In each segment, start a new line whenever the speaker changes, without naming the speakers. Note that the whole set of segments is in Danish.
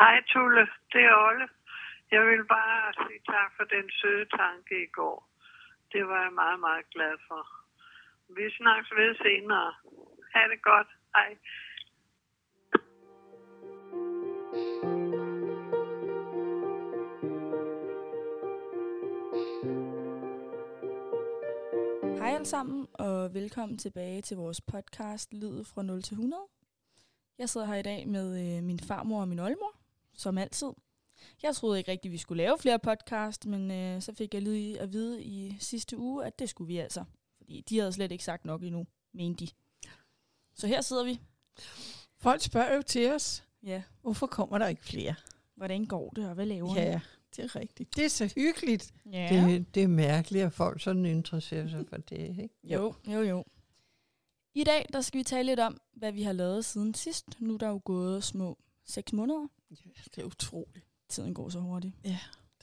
Hej Tulle, det er Olle. Jeg vil bare sige tak for den søde tanke i går. Det var jeg meget, meget glad for. Vi snakkes ved senere. Ha' det godt. Hej.
Hej alle sammen, og velkommen tilbage til vores podcast Livet fra 0 til 100. Jeg sidder her i dag med øh, min farmor og min oldemor, som altid. Jeg troede ikke rigtigt, vi skulle lave flere podcast, men øh, så fik jeg lige at vide i sidste uge, at det skulle vi altså. Fordi de havde slet ikke sagt nok endnu, mente de. Så her sidder vi.
Folk spørger jo til os,
Ja,
hvorfor kommer der ikke flere?
hvordan går det, og hvad laver
Ja, det er rigtigt. Det er så hyggeligt.
I? Ja.
Det, det er mærkeligt, at folk sådan interesserer sig for det, ikke?
Jo, jo, jo. I dag der skal vi tale lidt om, hvad vi har lavet siden sidst. Nu er der jo gået små 6 måneder.
Ja, det er utroligt.
Tiden går så hurtigt.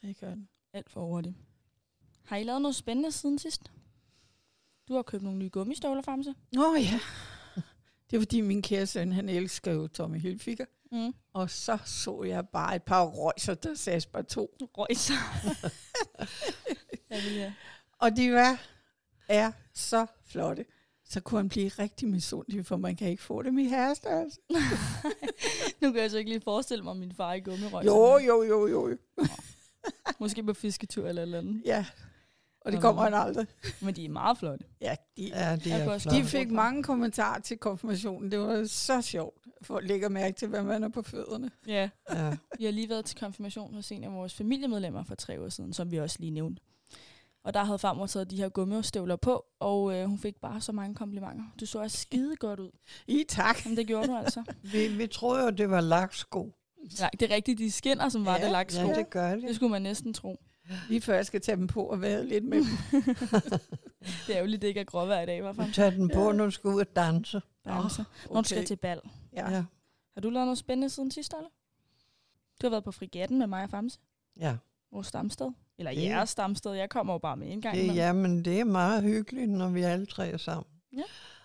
Det gør den.
Alt for hurtigt. Har I lavet noget spændende siden sidst? Du har købt nogle nye gummistøvler, Famse.
Nå ja. Det er fordi min kære søn, han elsker jo Tommy Hilfiger.
Mm.
Og så så jeg bare et par røjser, der sagde bare to.
Røjser. ja, det er.
Og de var, er så flotte. Så kunne han blive rigtig misundelig, for man kan ikke få dem i herrestørrelse.
Nu kan jeg så ikke lige forestille mig min far i gummirøjser.
Jo, jo, jo, jo.
Måske på fisketur eller et eller andet.
Ja. Og det kommer han aldrig.
Men de er meget flotte.
Ja, de,
Ja, det
Jeg
er
kunne også
flot.
De fik mange kommentarer til konfirmationen. Det var så sjovt. For at lægge mærke til, hvad man er på fødderne.
Ja.
Ja.
Vi har lige været til konfirmation hos en af vores familiemedlemmer for tre år siden, som vi også lige nævnte. Og der havde farmor taget de her gummistøvler på, og øh, hun fik bare så mange komplimenter. Du så også skide godt ud.
I tak.
Jamen, det gjorde du altså.
Vi, vi troede jo, det var laksko.
Nej, det er rigtigt, de skinner, som var ja,
Ja,
det lagt sko.
Ja, det gør
Det
det.
skulle man næsten tro.
Lige før jeg skal tage dem på og vade lidt med dem.
Det er jo lidt ikke at gråvejr i dag,
Du
hvorfor?
tager den på, når du skal ud og danse.
Bamse. Når du skal
okay.
til bal.
Ja.
Ja.
Har du lavet noget spændende siden sidst, eller? Du har været på frigatten med mig og Famse.
ja.
Vores stamsted. Eller
Det-
jeres stamsted. Jeg kommer jo bare med en gang.
Det,
imellem.
jamen, det er meget hyggeligt, når vi alle tre er sammen.
Ja.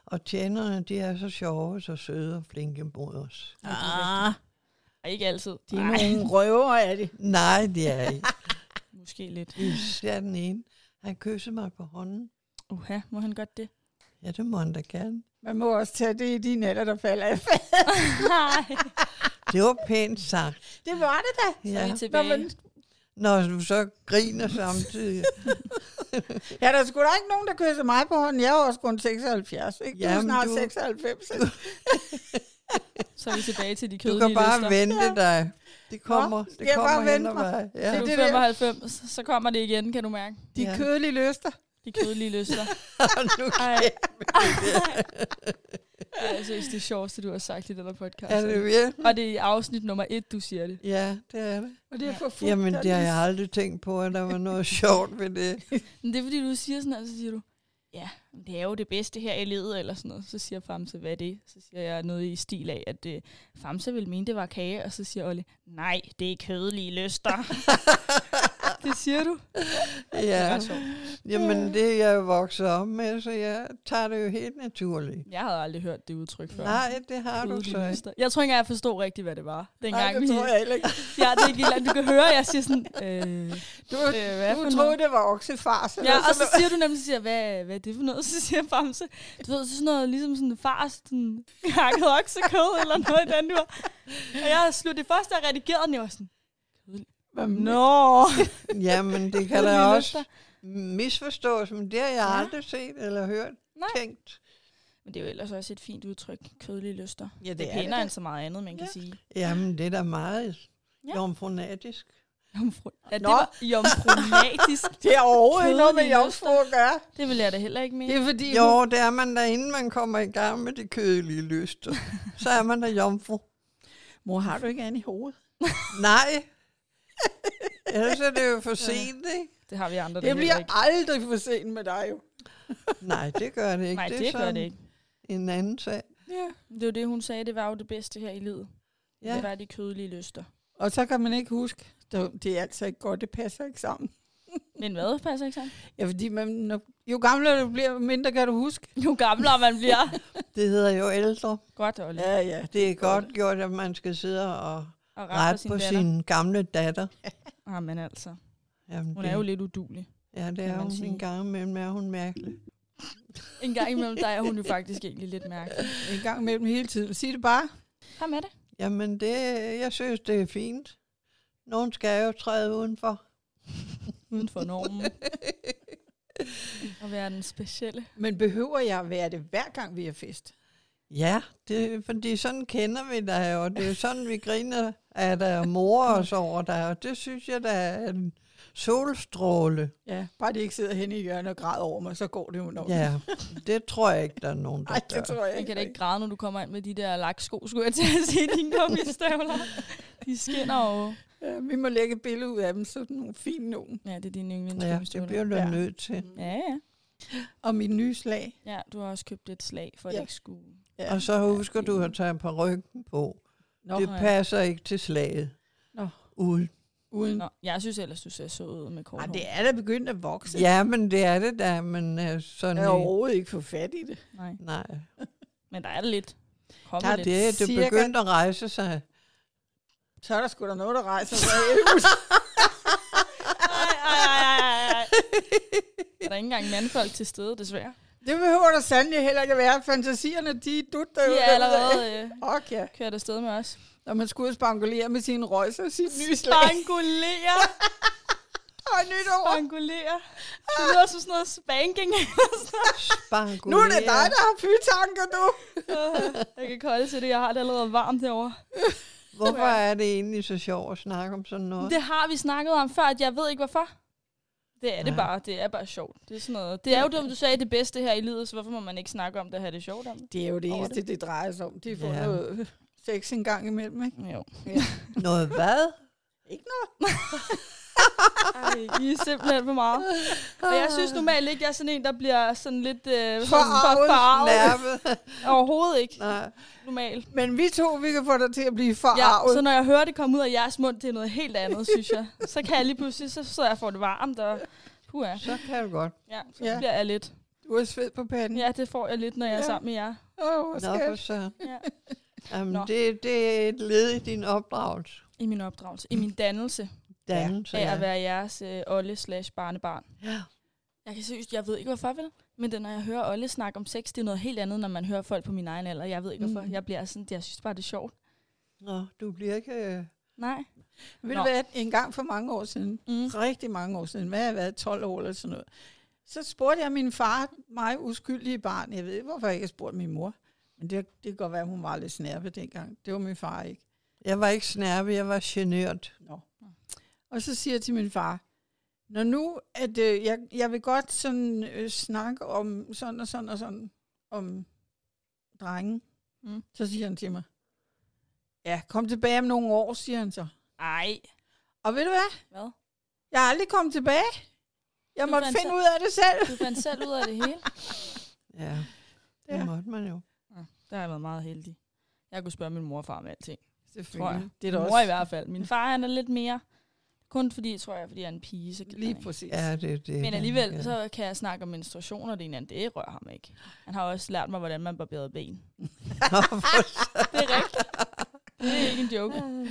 Og tjenerne, de er så sjove, så søde og flinke mod os.
Ja, det
Ah.
er rigtigt.
Ah.
Ej, Ikke altid.
De er
Ej,
nogle røver af det.
Nej, det er ikke.
Måske lidt.
Især den ene. Han kyssede mig på hånden.
Uha, må han godt det?
Ja, det må han da gerne.
Man må også tage det i de nætter, der falder af. fald.
Nej.
Det var pænt sagt.
Det var det da.
Så er
Ja.
vi
Nå,
tilbage.
men,
Når du så griner samtidig.
ja, der skulle da ikke nogen, der kysser mig på hånden. Jeg er også kun 76, ikke? Du er
Jamen,
snart
du-
96.
Så er vi tilbage til de
Du
kødelige
kan bare
lyster.
vente dig. Det kommer, det
skal jeg
kommer
bare
hen
vente
ad
mig?
vejen. Ja.
Så er
Det
du
er det der.
95, så kommer det igen, kan du mærke.
De
Ja.
kødelige lyster.
De kødelige lyster.
nu
Ej. Det er altså det sjoveste, du har sagt i den her podcast.
er det virkelig?
Og det er i afsnit nummer et, du siger det.
Ja, det er det.
Og det er
Ja.
for fuldt.
Jamen, det har jeg aldrig tænkt på, at der var noget sjovt ved det.
Men det er fordi, du siger sådan her, så siger du, ja, men det er jo det bedste her i livet, eller sådan noget. Så siger Famse, hvad er det? Så siger jeg noget i stil af, at øh, Famse ville mene, det var kage, og så siger Olle, nej, det er kødelige lyster. det siger du. Det
Ja.
er ret sjovt.
Jamen, det er jeg jo vokset op med, så jeg tager det jo helt naturligt.
Jeg havde aldrig hørt det udtryk før.
Nej, det har du så ikke.
Udelister. Jeg tror ikke, engang, jeg forstod rigtigt, hvad det var.
Nej,
Dengang
det
vi...
tror jeg heller ikke.
Ja, det er ikke helt, Du kan høre, jeg siger sådan... Øh,
Du,
øh, hvad for
du troede,
noget?
det var oksefars. eller
Ja, og
sådan
så siger du nemlig, så siger, jeg, hvad, hvad er det for noget? Så siger Bamse, du ved, så sådan noget, ligesom sådan en fars, sådan hakket oksekød eller noget i den dur. Og jeg sluttede det første, jeg redigerede den, jeg var sådan,
noget.
nå,
Jamen, det kan
Kedelige
da
lyster.
også misforstås, men det har jeg
Ja.
aldrig set eller hørt,
Nej.
tænkt.
Men det er jo ellers også et fint udtryk, kødelige lyster.
Ja,
Det, det er pænere end så meget andet, man kan sige.
Jamen, det er da meget
Ja.
jomfrunatisk.
Jomfru. Ja, det
Nå.
var jomfrunatisk.
Det er overhovedet ikke noget med
Kedelige
jomfru at gøre.
Det vil jeg da heller ikke
Det
mene.
er fordi, hun-
Jo, det er man da, inden man kommer i gang med de kødelige lyster. Så er man da jomfru.
mor, har du ikke andet i hovedet?
Nej. Ellers er det jo for sent, ikke?
Det har vi andre, der
Det
heller
bliver
ikke.
aldrig for sent med dig jo.
Nej, det gør det ikke.
Nej,
er
det gør
sådan
det ikke.
En anden sag.
Ja.
Det var det, hun sagde, det var jo det bedste her i livet. Ja.
Ja.
Det var de kødelige lyster.
Og så kan man ikke huske, det det er altså ikke godt, det passer ikke sammen.
Men hvad passer ikke sammen?
Ja, fordi man, når, jo gamlere du bliver, jo mindre kan du huske.
Jo gamlere man bliver.
Det hedder jo ældre.
Godt, Olle.
Ja, ja.
Det er godt gjort, at man skal sidde og
Og ret,
ret på
datter.
sin gamle datter.
Jamen altså,
Jamen,
hun er jo lidt udulig.
ja, det
kan
er
man
hun
sige.
en gang imellem, er hun mærkelig.
En gang imellem, der er hun jo faktisk egentlig lidt mærkelig.
En gang imellem hele tiden. Sig det bare.
Kom med det.
Jamen, det, jeg synes, det er fint. Nogen skal jo træde udenfor.
Uden for normen. Og være den specielle.
Men behøver jeg at være det hver gang, vi er fest?
Ja, det, fordi sådan kender vi dig, og det er sådan, vi griner, at der mor os over dig, og det synes jeg, der er en solstråle.
Ja, bare de ikke sidder henne i hjørnet og græder over mig, så går det jo nok.
Ja, det tror jeg ikke, der er nogen, der
Nej,
gør.
det tror jeg
Jeg
ikke.
kan da ikke græde, når du kommer ind med de der laksko, skulle jeg til at sige, dine gummistøvler. De skinner jo.
Ja, vi må lægge et billede ud af dem, så sådan nogle fine nogen.
Ja, det er dine
Ja, det bliver
yndlingsgummistøvler.
du
Ja.
nødt til.
Ja, ja.
Og mit nye slag.
Ja, du har også købt et slag, for at
Ja.
det ikke skulle...
Ja.
Og så husker du at tage på ryggen på.
Nå,
Det
nej.
passer ikke til slaget.
Nå.
Ud.
uden.
Nå, jeg synes ellers, du ser sød ud med kort
Ej,
hår.
det er da begyndt at vokse.
Ja, men det er det da, men øh, sådan...
Jeg har
i-
overhovedet ikke fået fat i det.
Nej,
Nej,
men der er det lidt. Kom
Der er
lidt.
det, det
cirka-
begyndte at rejse sig.
Så er der sgu da noget, der rejser sig. ikke?
Ej, ej, ej, ej, ej. Er der ikke engang mandfolk til stede, desværre?
det behøver der sandelig heller ikke at være. Fantasierne, de er dut
De
derude.
er allerede øh,
Og ja,
kørt afsted med os.
når man skulle ud og spankulere med sine røjser og sit nye slag.
Spangulere!
Og nyt over.
Spangulere! Det lyder som sådan noget spanking.
Spangulerer.
Nu er det dig, der har fytanker, du.
jeg kan kolde til det, jeg har det allerede varmt herovre.
Hvorfor er det egentlig så sjovt at snakke om sådan noget?
Det har vi snakket om før, at jeg ved ikke hvorfor. Det er det
Nej.
bare, det er bare sjovt. Det er sådan noget. Det er jo det, du sagde, det bedste her i livet, så hvorfor må man ikke snakke om det og have det sjovt om? det?
Det er jo det eneste, det drejer sig om. De får
Ja.
noget sex en gang imellem, ikke?
Jo.
Noget hvad?
Ikke noget.
Ej, I er simpelthen for meget. Og jeg synes normalt ikke, jeg er sådan en, der bliver sådan lidt øh,
Forarget.
forarvet.
Nærmest.
Overhovedet ikke
Nej.
normalt.
Men vi to, vi kan få dig til at blive forarvet.
Ja, så når jeg hører det komme ud af jeres mund, det er noget helt andet, synes jeg. Så kan jeg lige pludselig, så sidder jeg og får det varmt, og puha.
Så kan du godt.
Ja, så
Ja.
bliver jeg lidt.
Du er sved på panden.
Ja, det får jeg lidt, når jeg er
Ja.
sammen med jer.
Åh, hvor
Nå, for
skat.
så.
Ja.
Jamen,
Nå.
det, det er et led i din opdragelse.
I min opdragelse, i min dannelse
Dannelse,
af
ja.
at være jeres øh, olle slash barnebarn.
Ja.
Jeg kan seriøst, jeg ved ikke hvorfor vel, men det, når jeg hører Olle snakke om sex, det er noget helt andet, når man hører folk på min egen alder. Jeg ved ikke hvorfor.
Mm.
Jeg bliver sådan, jeg synes bare, det er sjovt.
Nå, du bliver ikke... øh,
Nej.
Ved
Nå.
du hvad, en gang for mange år siden,
Mm.
rigtig mange år siden, hvad har jeg været, 12 år eller sådan noget, så spurgte jeg min far, mig uskyldige barn, jeg ved ikke, hvorfor jeg ikke har spurgt min mor, men det, det kan godt være, hun var lidt snærpet dengang. Det var min far ikke.
Jeg var ikke snærpet, jeg var genert.
Nå. Og så siger jeg til min far, når nu, at øh, jeg, jeg vil godt sådan øh, snakke om sådan og sådan og sådan, om drengen,
Mm.
mm. så siger han til mig, ja, kom tilbage om nogle år, siger han så.
Ej.
Og ved du hvad?
Hvad?
Jeg er aldrig kommet tilbage. Jeg
Du
måtte
fandt
finde
så-
ud af det selv.
Du fandt selv ud af det hele.
Ja, det
Ja.
måtte man jo.
Der har jeg været meget heldig. Jeg kunne spørge min mor og far om alting. Tror jeg.
Det
Min
er da
mor i
også
hvert fald. Min far han er lidt mere, kun fordi, tror jeg, fordi han er en pige. Så kan han
lige
ikke.
præcis.
Ja, det er det.
Men alligevel,
ja.
så kan jeg snakke om menstruation, og det ene det rører ham ikke. Han har også lært mig, hvordan man barberede ben. det er rigtigt. Det er ikke en joke.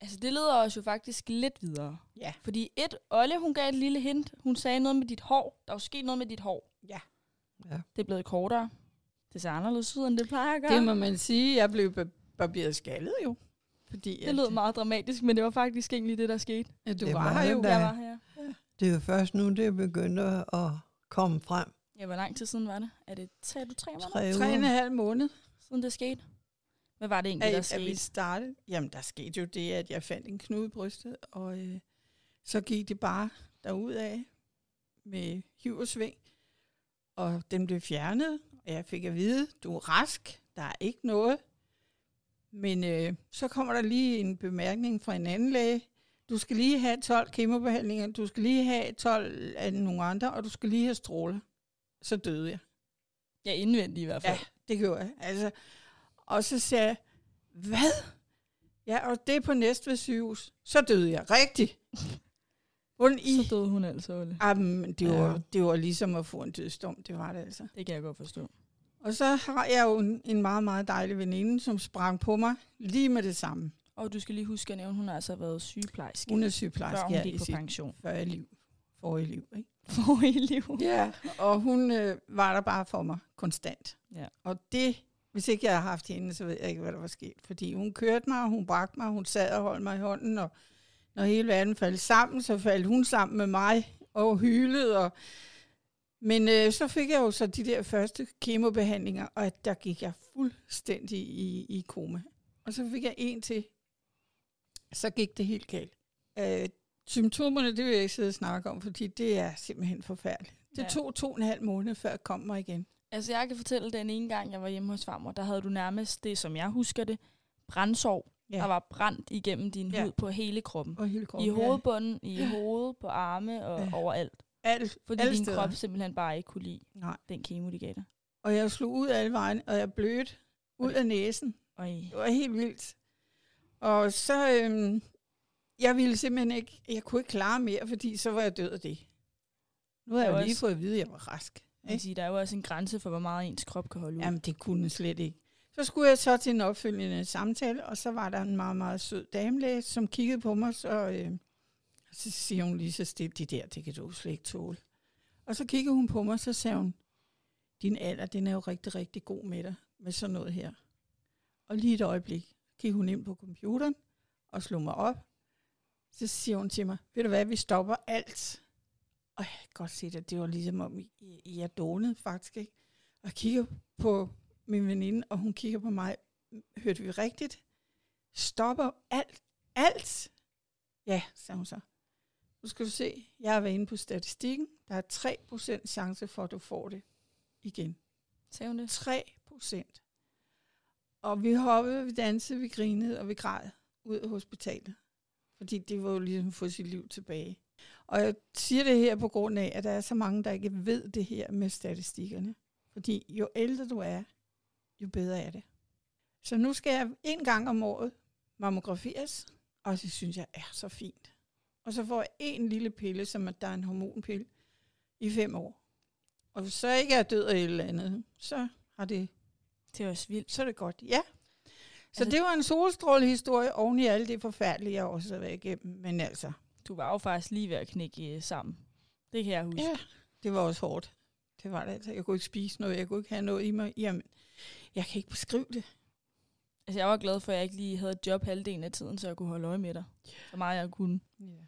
Altså, det leder os jo faktisk lidt videre.
Ja.
Fordi et, Olle, hun gav et lille hint. Hun sagde noget med dit hår. Der er jo sket noget med dit hår.
Ja.
Ja.
Det er blevet kortere. Det ser anderledes ud, end det plejer at gøre.
Det må man sige. Jeg blev ba- barberet skaldet jo. Fordi
det lød meget dramatisk, men det var faktisk egentlig det, der skete.
at du
Det
var
var
her
det
jo.
da.
Jeg var her.
Det er jo først nu, det er begyndt at at komme frem.
Ja, hvor lang tid siden var det? Er det tre, du tre måneder,
Tre
Tre og en
uger.
halv måned,
siden det skete? Hvad var det egentlig, der
at, at vi
skete?
startede. Jamen, der skete jo det, at jeg fandt en knude i brystet, og øh, så gik det bare derudad med hiv og sving. Og den blev fjernet, og jeg fik at vide, du er rask, der er ikke noget. Men øh, så kommer der lige en bemærkning fra en anden læge. Du skal lige have 12 kemobehandlinger, du skal lige have 12 af nogle andre, og du skal lige have stråler. Så døde jeg.
Ja, indvendig i hvert fald.
Ja, det gjorde jeg. Altså, og så sagde jeg, hvad? Ja, og det er på Næstved sygehus. Så døde jeg. Rigtigt. Hvordan
I... Så
i?
døde hun altså, Olle.
Jamen, det var,
Ja.
det var ligesom at få en dødsdom. Det var det altså.
Det kan jeg godt forstå.
Og så har jeg jo en, en meget, meget dejlig veninde, som sprang på mig lige med det samme.
Og du skal lige huske at nævne, at hun har altså været sygeplejerske,
Hun er
før
sygeplejerske
hun
ja,
gik
i
på
sit
pension.
forrige liv. Forrige liv, ikke?
For i liv.
Ja, og hun øh, var der bare for mig konstant.
Ja.
Og det, hvis ikke jeg havde haft hende, så ved jeg ikke, hvad der var sket. Fordi hun kørte mig, og hun bragte mig, og hun sad og holdt mig i hånden, og når hele verden faldt sammen, så faldt hun sammen med mig og hylede. Og... Men øh, så fik jeg jo så de der første kemobehandlinger, og der gik jeg fuldstændig i, i koma. Og så fik jeg en til. Så gik det helt galt. Øh, symptomerne, det vil jeg ikke sidde og snakke om, fordi det er simpelthen forfærdeligt. Det
Ja.
ja. tog to og en halv måned, før jeg kom mig igen.
Altså, jeg kan fortælle, den ene gang, jeg var hjemme hos farmor, der havde du nærmest det, som jeg husker det, brændsår, ja.
Ja.
der var brændt igennem din ja.
Ja.
hud på hele kroppen.
Og hele kroppen.
I hovedbunden, i hovedet, på arme og ja.
Ja.
overalt.
Ja, alt,
Fordi
alle
din
steder.
krop simpelthen bare ikke kunne lide
Nej.
den kemo, de gav dig.
Og jeg slog ud alle vejen, og jeg blødte ud af næsen.
Og
Det var helt vildt. Og så, øhm, jeg ville simpelthen ikke, jeg kunne ikke klare mere, fordi så var jeg død af det. Nu har
Der
jeg
er
jo lige
også-
fået at vide, at jeg var rask.
man siger, der er jo også en grænse for, hvor meget ens krop kan holde ud.
Jamen, det kunne den slet ikke. Så skulle jeg så til en opfølgende samtale, og så var der en meget, meget sød damelæge, som kiggede på mig, så, øh, så siger hun lige så stille, det der, det kan du slet ikke tåle. Og så kiggede hun på mig, så sagde hun, din alder, den er jo rigtig, rigtig god med dig, med sådan noget her. Og lige et øjeblik kiggede hun ind på computeren og slog mig op. Så siger hun til mig, ved du hvad, vi stopper alt. Og jeg kan godt se det, det var ligesom om, I- I- jeg dånede faktisk, ikke? Og jeg kigger på min veninde, og hun kigger på mig. Hørte vi rigtigt? Stopper alt? Alt? Ja, sagde hun så. Nu skal du se, jeg har været inde på statistikken. Der er 3% chance for, at du får det igen.
Sagde hun det?
3%. Og vi hoppede, vi dansede, vi grinede, og vi græd ud af hospitalet. Fordi det var jo ligesom at få sit liv tilbage. Og jeg siger det her på grund af, at der er så mange, der ikke ved det her med statistikkerne. Fordi jo ældre du er, jo bedre er det. Så nu skal jeg en gang om året mammograferes, og det synes jeg er så fint. Og så får jeg en lille pille, som er, der er en hormonpille, i fem år. Og hvis så ikke er jeg død af et eller andet, så, har det,
Det er også vildt.
så er det godt. Ja. Så
Altså-
altså, det var en solstrålehistorie oven i alt det forfærdelige, jeg også har været igennem. Men altså,
Du var jo faktisk lige ved at knække øh, sammen. Det kan jeg huske.
Ja, det var også hårdt. Det var det altså. Jeg kunne ikke spise noget, jeg kunne ikke have noget i mig. Jamen, jeg kan ikke beskrive det.
Altså, jeg var glad for, at jeg ikke lige havde et job halvdelen af tiden, så jeg kunne holde øje med dig. Så meget jeg kunne.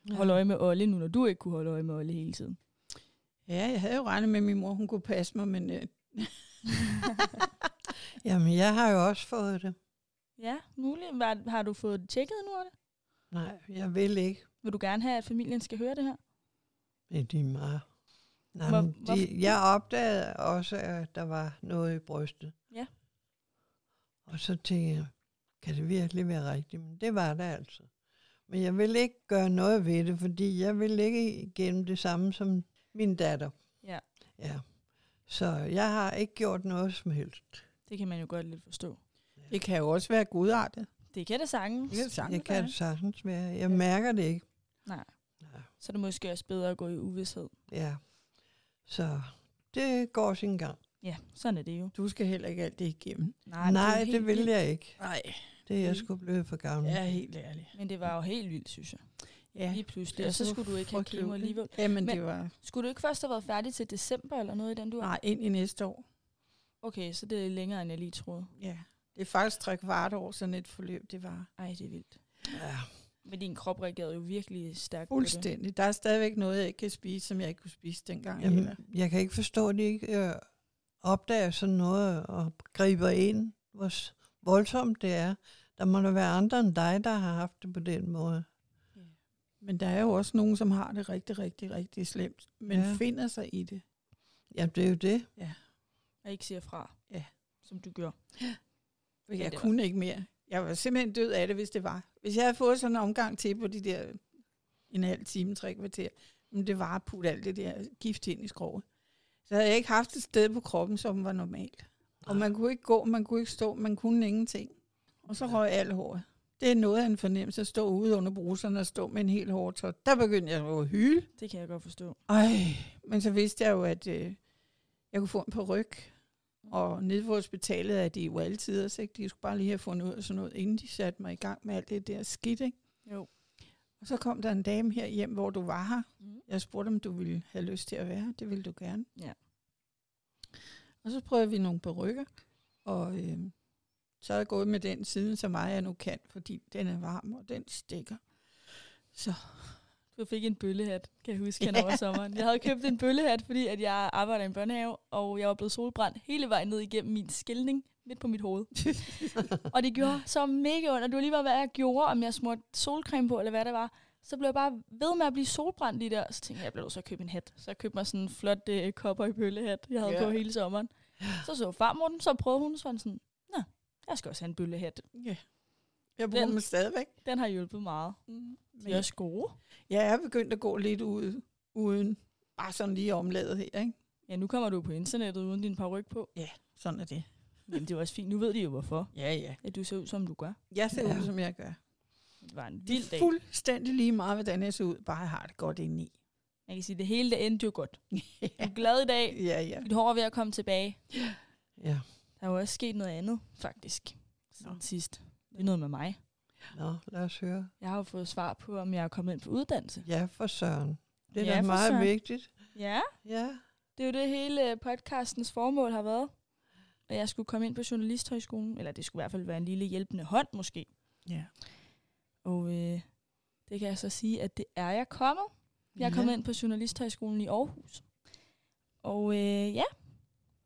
Ja.
Holde øje med Olle nu, når du ikke kunne holde øje med Olle hele tiden.
ja, jeg havde jo regnet med, at min mor hun kunne passe mig, men øh,
Jamen, jeg har jo også fået det.
Ja, muligt. Var, har du fået det tjekket nu, Olle?
Nej, jeg vil ikke.
Vil du gerne have, at familien skal høre det her?
Det er lige meget. Nej,
Hvor-
men de, jeg opdagede også, at der var noget i brystet.
Ja.
Og så tænkte jeg, kan det virkelig være rigtigt? Men det var det altså. Men jeg ville ikke gøre noget ved det, fordi jeg ville ikke igennem det samme som min datter.
Ja.
ja. Så jeg har ikke gjort noget som helst.
Det kan man jo godt lidt forstå.
det kan jo også være godartet.
Det kan det sagtens.
Det kan det sagtens
Jeg kan det sagtens være. Jeg mærker det ikke.
Nej.
Nej.
Så er det måske også bedre at gå i uvidshed.
Ja. Så det går sin gang.
Ja, sådan er det jo.
Du skal heller ikke alt det igennem.
Nej, Nej
er jo
det
helt
vil
vildt.
jeg ikke.
Nej,
Det er
Mm.
jeg sgu blevet for gammel.
jeg er helt ærlig.
Men det var jo helt vildt, synes jeg.
Ja.
Lige pludselig.
Ja,
Og så
så
skulle du ikke have
frygtelig
kemo
ondt, ikke?
alligevel.
Jamen,
Men-
det var
Skulle du ikke først have været færdig til december eller noget i den du
nej, ind i næste år.
Okay, så det er længere, end jeg lige troede.
Ja. Det er faktisk tre kvart år, sådan et forløb, det var.
Ej, det er vildt.
Ja.
Men din krop reagerede jo virkelig stærkt på det.
Fuldstændig. Der er stadigvæk noget, jeg ikke kan spise, som jeg ikke kunne spise dengang. heller.
Jamen, jeg kan ikke forstå, at de ikke øh, opdager sådan noget og griber ind, hvor s- voldsomt det er. Der må der være andre end dig, der har haft det på den måde.
Men der er jo også nogen, som har det rigtig, rigtig, rigtig slemt, men
Ja.
ja. finder sig i det.
Ja, det er jo det.
Og ikke siger fra.
Ja.
Som du gjorde.
Jeg
det var-
kunne ikke mere. Jeg var simpelthen død af det, hvis det var. Hvis jeg havde fået sådan en omgang til på de der en halv time, tre kvarter, men det var at putte alt det der gift ind i skroget. Så havde jeg ikke haft et sted på kroppen, som var normalt. Og man kunne ikke gå, man kunne ikke stå, man kunne ingenting. Og så røg alt håret. Det er noget af en fornemmelse at stå ude under bruserne og stå med en helt hård tot. Der begyndte jeg jo at hyle.
Det kan jeg godt forstå.
Ej, men så vidste jeg jo, at øh, jeg kunne få en på ryg. Og nede på hospitalet er de jo altid, ikke? de skulle bare lige have fundet ud af sådan noget, inden de satte mig i gang med alt det der skidt. Ikke?
Jo.
Og så kom der en dame her hjem, hvor du var her.
Mm.
Jeg spurgte, om du ville have lyst til at være her. Det ville du gerne.
Ja.
Og så prøvede vi nogle perukker, og øh, så er jeg gået med den siden, så meget jeg nu kan, fordi den er varm, og den stikker.
Du fik en bøllehat, kan jeg huske, hen
Ja.
over sommeren. Jeg havde købt en bøllehat, fordi at jeg arbejder i en børnehave, og jeg var blevet solbrændt hele vejen ned igennem min skældning, midt på mit hoved. og det gjorde så mega ondt, og det var lige meget, hvad jeg gjorde, om jeg smurte solcreme på, eller hvad det var. Så blev jeg bare ved med at blive solbrændt lige der, så tænkte jeg, jeg blev nødt til at købe en hat. Så jeg købte mig sådan en flot øh, kopper i bøllehat, jeg havde
Ja.
på hele sommeren. Så så farmor den, så prøvede hun, så var den sådan, nå, jeg skal også have en bøllehat.
Ja. Jeg bruger
Den-
dem stadigvæk.
Den har hjulpet meget. De er
Jeg,
også gode.
jeg er begyndt at gå lidt ud, uden bare sådan lige omlaget her, ikke?
Ja, nu kommer du på internettet uden din paryk på.
Sådan er det.
Jamen, det er også fint. Nu ved de jo, hvorfor.
Ja, ja.
At du ser ud, som du gør.
Jeg ser
Ja.
ud, som jeg gør.
Det var en vild
Det er
dag.
fuldstændig lige meget, hvordan jeg ser ud, bare jeg har det godt indeni.
Jeg kan sige, det hele det endte jo godt. Du er glad i dag.
ja, ja.
Dit hår er ved at komme tilbage.
Ja.
Der er jo også sket noget andet, faktisk. Siden
Nå.
sidst. Det er noget med mig.
Nå, lad os høre.
Jeg har jo fået svar på, om jeg er kommet ind på uddannelse.
Ja, for søren. Det er
Ja,
ja, da
for
meget
søren.
søren. vigtigt.
Ja,
Ja,
det er jo det hele øh, podcastens formål har været. At jeg skulle komme ind på Journalisthøjskolen. Eller det skulle i hvert fald være en lille hjælpende hånd, måske.
ja.
Og øh, det kan jeg så sige, at det er jeg kommet. Jeg er kommet ind på Journalisthøjskolen i Aarhus. Og øh, ja,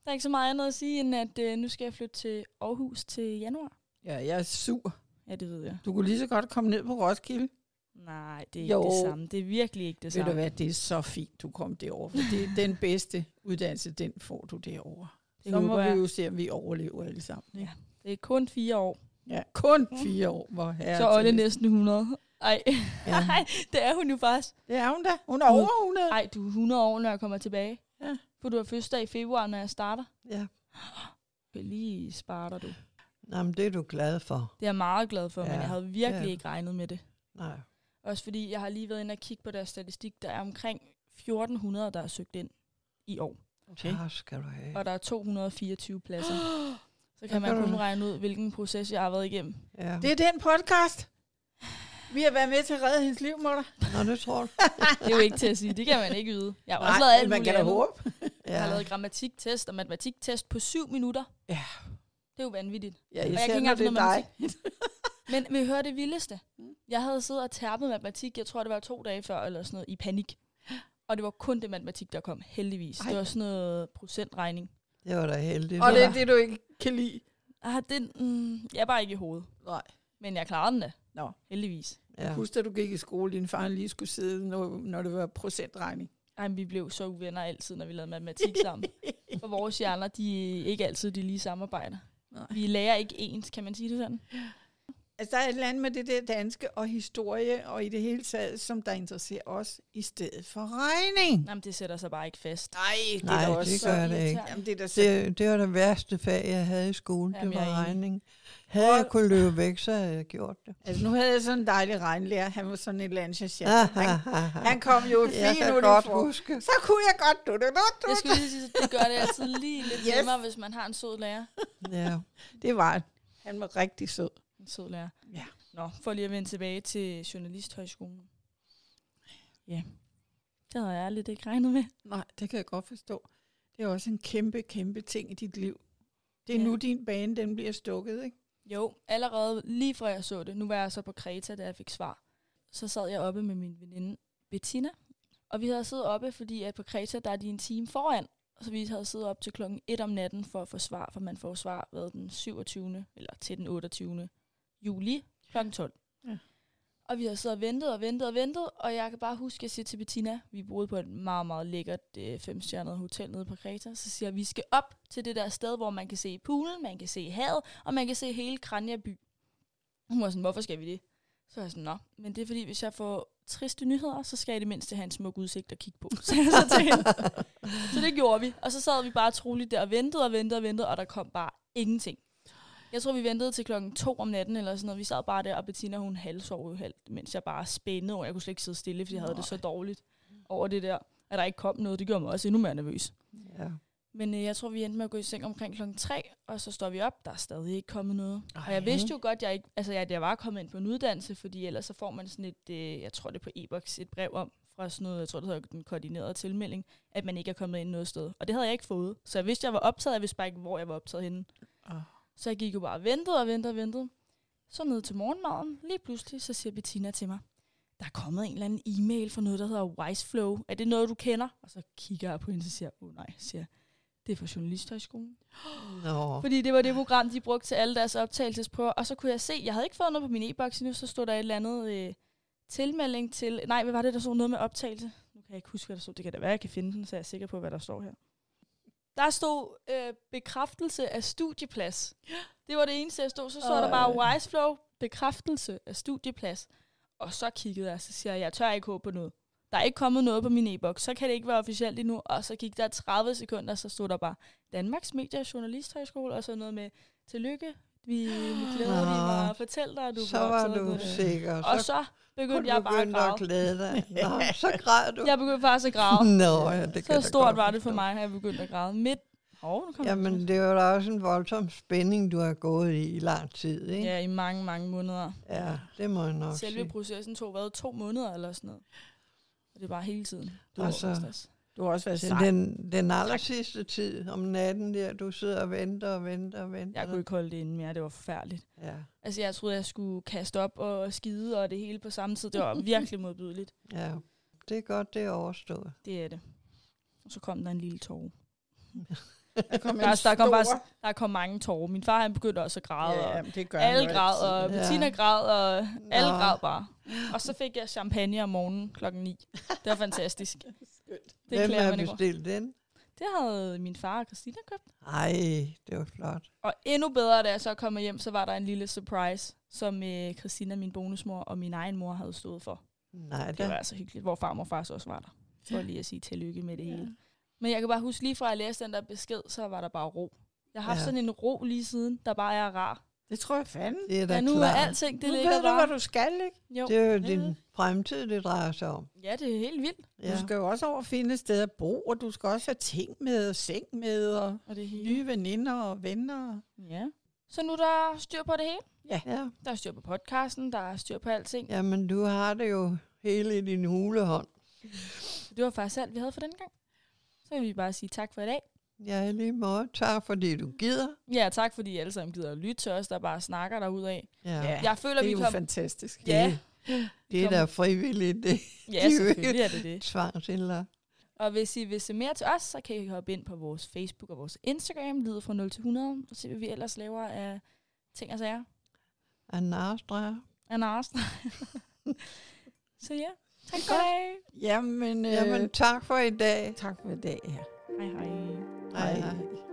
der er ikke så meget andet at sige, end at øh, nu skal jeg flytte til Aarhus til januar.
Ja, jeg er sur.
Ja, det ved jeg.
Du kunne lige så godt komme ned på Roskilde.
Nej, det er ikke
Jo.
det samme. Det er virkelig ikke det
Ved du
samme.
hvad, det er så fint, du kom derover, for det er den bedste uddannelse, den får du derovre.
Det
så må
håber
vi
jeg.
jo se, om vi overlever alle sammen. Ikke?
Det er kun fire år.
Ja. ja, kun fire år, hvor
Ja,
herre
så er Olle
til.
næsten 100. Ej, Nej, det er hun jo faktisk.
Det er hun da. Hun er
Gud.
over 100.
Ej, du er 100 år, når jeg kommer tilbage.
Ja.
For du har fødselsdag i februar, når jeg starter.
ja.
Okay, lige sparter du.
Nå, men det er du glad for.
Det er jeg meget glad for, ja. men
Ja,
jeg havde virkelig
ja.
ikke regnet med det.
Nej.
Også fordi jeg har lige været inde og kigge på deres statistik. Der er omkring 1400, der er søgt ind i år.
Okay. Tak skal du have.
Og der er 224 pladser. Så
Ja,
kan man
kan du
kun
det?
regne ud, hvilken proces jeg har været igennem.
Ja.
Det er den podcast. Vi har været med til at redde hendes liv, mor.
Nå, det tror du.
Det er jo ikke til at sige. Det kan man ikke yde. Jeg har også lavet alt
man kan
muligt
da
andet.
håbe.
Jeg
Ja.
har lavet grammatiktest og matematiktest på syv minutter.
Ja.
Det er jo vanvittigt.
Ja,
jeg
især
kan ikke
når
engang
det
finde
er dig.
noget Men vi hører det vildeste. Jeg havde siddet og tærpet matematik, jeg tror det var to dage før, eller sådan noget, i panik. Og det var kun det matematik, der kom, heldigvis. Ej.
Ej.
Det var sådan noget procentregning.
Det var da heldigt.
Og det er
hva'?
det, du ikke kan lide.
Ah, den, mm, jeg er bare ikke i hovedet.
Nej.
Men jeg klarede den da.
Nå.
Heldigvis.
ja.
Husk, da du gik i skole, din far lige skulle sidde, når, når det var procentregning.
Ej, men vi blev så uvenner altid, når vi lavede matematik sammen. For vores hjerner, de er ikke altid de lige samarbejder.
Nej.
Vi lærer ikke ens, kan man sige det sådan?
Altså, der er et eller andet med det der danske og historie, og i det hele taget, som der interesserer os, i stedet for regning.
Jamen, det sætter sig bare ikke fast.
Nej, det
Nej,
er da
det
også
gør det ikke.
irriterende.
Jamen, det er da så...
Det, det var det værste fag, jeg havde i skole.
Jamen,
det
jeg er
var
enig.
regning. Havde jeg kunnet løbe væk, så havde jeg gjort det.
Altså, nu havde jeg sådan en dejlig regnlærer. Han var sådan et eller andet chachap.
Ah,
Han,
ah, ah, ah.
han kom jo i
jeg
fin
kan godt
uniform.
huske.
Så kunne jeg godt... Du, du, du,
Jeg
du.
skulle lige sige, det gør det altid lige lidt
Yes.
yes. nemmere, hvis man har en sød lærer.
Ja.
Det var han. Han var rigtig sød.
En sød lærer.
Ja.
Nå, for lige at vende tilbage til Journalisthøjskolen. Ja. Det havde jeg ærligt ikke regnet med.
Nej, det kan jeg godt forstå. Det er også en kæmpe, kæmpe ting i dit liv. Det er
Ja.
ja. nu, din bane den bliver stukket, ikke?
Jo, allerede lige fra jeg så det, nu var jeg så på Kreta, da jeg fik svar, så sad jeg oppe med min veninde Bettina, og vi havde siddet oppe, fordi at på Kreta, der er de en time foran, så vi havde siddet op til klokken 1 om natten for at få svar, for man får svar ved den 27. eller til den 28. juli kl. 12.
Ja.
Og vi har siddet og ventet og ventet og ventet, og jeg kan bare huske, at jeg siger til Bettina, vi boede på et meget, meget lækkert øh, femstjernet hotel nede på Kreta, så siger jeg, vi skal op til det der sted, hvor man kan se poolen, man kan se havet, og man kan se hele Kranja by. Hun var sådan, hvorfor skal vi det? Så var jeg sådan, nå, men det er fordi, hvis jeg får triste nyheder, så skal jeg i det mindste have en smuk udsigt at kigge på. Så, jeg så, til hende. så det gjorde vi, og så sad vi bare troligt der og ventede og ventede og ventede, og der kom bare ingenting. Jeg tror, vi ventede til klokken to om natten eller sådan noget. Vi sad bare der, og Bettina, hun halvsov jo halvt, mens jeg bare spændede over. Jeg kunne slet ikke sidde stille, fordi jeg havde det så dårligt over det der. At der ikke kom noget, det gjorde mig også endnu mere nervøs.
ja.
Men øh, jeg tror, vi endte med at gå i seng omkring klokken 3, og så står vi op. Der er stadig ikke kommet noget. Ej. Og jeg vidste jo godt, jeg ikke, altså, jeg, jeg var kommet ind på en uddannelse, fordi ellers så får man sådan et, øh, jeg tror det er på e-boks, et brev om fra sådan noget, jeg tror det hedder den koordinerede tilmelding, at man ikke er kommet ind noget sted. Og det havde jeg ikke fået. Så jeg vidste, jeg var optaget, jeg vidste bare ikke, hvor jeg var optaget henne.
Åh.
Så jeg gik jo bare og ventede og ventede og ventede. Så ned til morgenmaden, lige pludselig, så siger Bettina til mig, der er kommet en eller anden e-mail fra noget, der hedder Wiseflow. Er det noget, du kender? Og så kigger jeg på hende og siger, åh oh, nej, siger jeg, det er fra Journalisthøjskolen.
Nå,
Fordi det var det program, de brugte til alle deres optagelsesprøver. Og så kunne jeg se, jeg havde ikke fået noget på min e-boks endnu, så stod der et eller andet øh, tilmelding til... Nej, hvad var det, der stod noget med optagelse? Nu kan jeg ikke huske, hvad der stod. Det kan da være, jeg kan finde den, så jeg er sikker på, hvad der står her. Der stod øh, bekræftelse af studieplads. Det var det eneste, jeg stod. Så stod der bare Wiseflow, bekræftelse af studieplads. Og så kiggede jeg, så siger jeg, jeg tør ikke håbe på noget. Der er ikke kommet noget på min e-boks, så kan det ikke være officielt endnu. Og så gik der 30 sekunder, så stod der bare, Danmarks Medie- og Journalisthøjskole, og så noget med, tillykke, vi, vi glæder
Nå.
dig meget, fortæl dig, at du
så
blev
var
optaget på
du
det."
sikker.
Og så
kunne
begyndte
du
jeg bare at
begynde at
græde.
glæde dig. Nå, så græd du.
Jeg begyndte faktisk at græde.
Nå, ja, det kan
Så
jeg da
stort
godt
var det for
forstå.
mig, at jeg begyndte at græde midt. Åh, nu kom
Jamen, det var da også en voldsom spænding, du har gået i i lang tid, ikke?
Ja, i mange, mange måneder.
Ja, det må jeg nok
Selve
sige.
processen tog hvad, to måneder eller sådan noget. Og det var hele tiden. Det var
Altså,
så stress.
Du har også været
Så
sej.
Altså, den, den aller sidste tid om natten der, du sidder og venter og venter og venter.
Jeg kunne ikke holde det inde mere, det var forfærdeligt.
Ja,
Altså, jeg troede, jeg skulle kaste op og skide og det hele på samme tid. Det var virkelig modbydeligt.
ja. Det er godt, det er overstået.
Det er det. Og så kom der en lille tårer.
Der kom, en
Der, der, kom
stor-
bare, der kom mange tårer. Min far, han begyndte også at græde. og-
Ja, jamen, det gør
Alle
han jo
græd, og
altid. Ja.
Bettina græd, og alle
Nå.
græd bare. Og så fik jeg champagne om morgenen klokken 9. Det var fantastisk.
Skønt.
Det
Hvem
klæder
har
man ikke over.
bestilt den?
Det havde min far og Christina købt.
Ej, det var flot.
Og endnu bedre, da jeg så kom hjem, så var der en lille surprise, som øh, Christina, min bonusmor, og min egen mor havde stået for.
Nej,
Det var
da.
altså hyggeligt, hvor farmor faktisk også var der. For lige at sige tillykke med det hele. Men jeg kan bare huske, lige fra jeg læste den der besked, så var der bare ro. Jeg har haft
Ja.
sådan en ro lige siden, der bare er rar.
Det tror jeg fanden.
Det er da
Ja, nu er
klart.
alting, det
nu
ligger
ved du,
bare.
hvad du skal, ikke?
Jo.
Det er jo
Ja.
din fremtid, det drejer sig om.
Ja, det er helt vildt.
Ja. Du
Ja.
skal jo også over at finde et sted at bo, og du skal også have ting med, og seng med, og
Og det hele.
nye veninder og venner.
Ja. Så nu er der styr på det hele.
ja.
Der er styr på podcasten, der er styr på alting. Ja.
Jamen, du har det jo hele i din hulehånd.
Det var faktisk alt, vi havde for den gang. Så vil vi bare sige tak for i dag.
Ja, i lige måde. Tak fordi du gider.
Ja, tak fordi I alle sammen gider at lytte til os, der bare snakker derudad.
Ja,
Ja,
ja.
Jeg føler,
det er
vi
jo
kom...
fantastisk.
Ja,
det er da frivilligt, det
ja, selvfølgelig er det det.
tvangsindlagt.
Og hvis I vil se mere til os, så kan I hoppe ind på vores Facebook og vores Instagram, lyder fra 0 til 100, og se, hvad vi ellers laver af ting og sager.
Af narstreger.
Anna Arsten. så ja, tak for i dag.
Jamen, øh,
Jamen, tak for i dag.
tak for i dag. Ja.
Hej hej.
Hej, hej.
hej.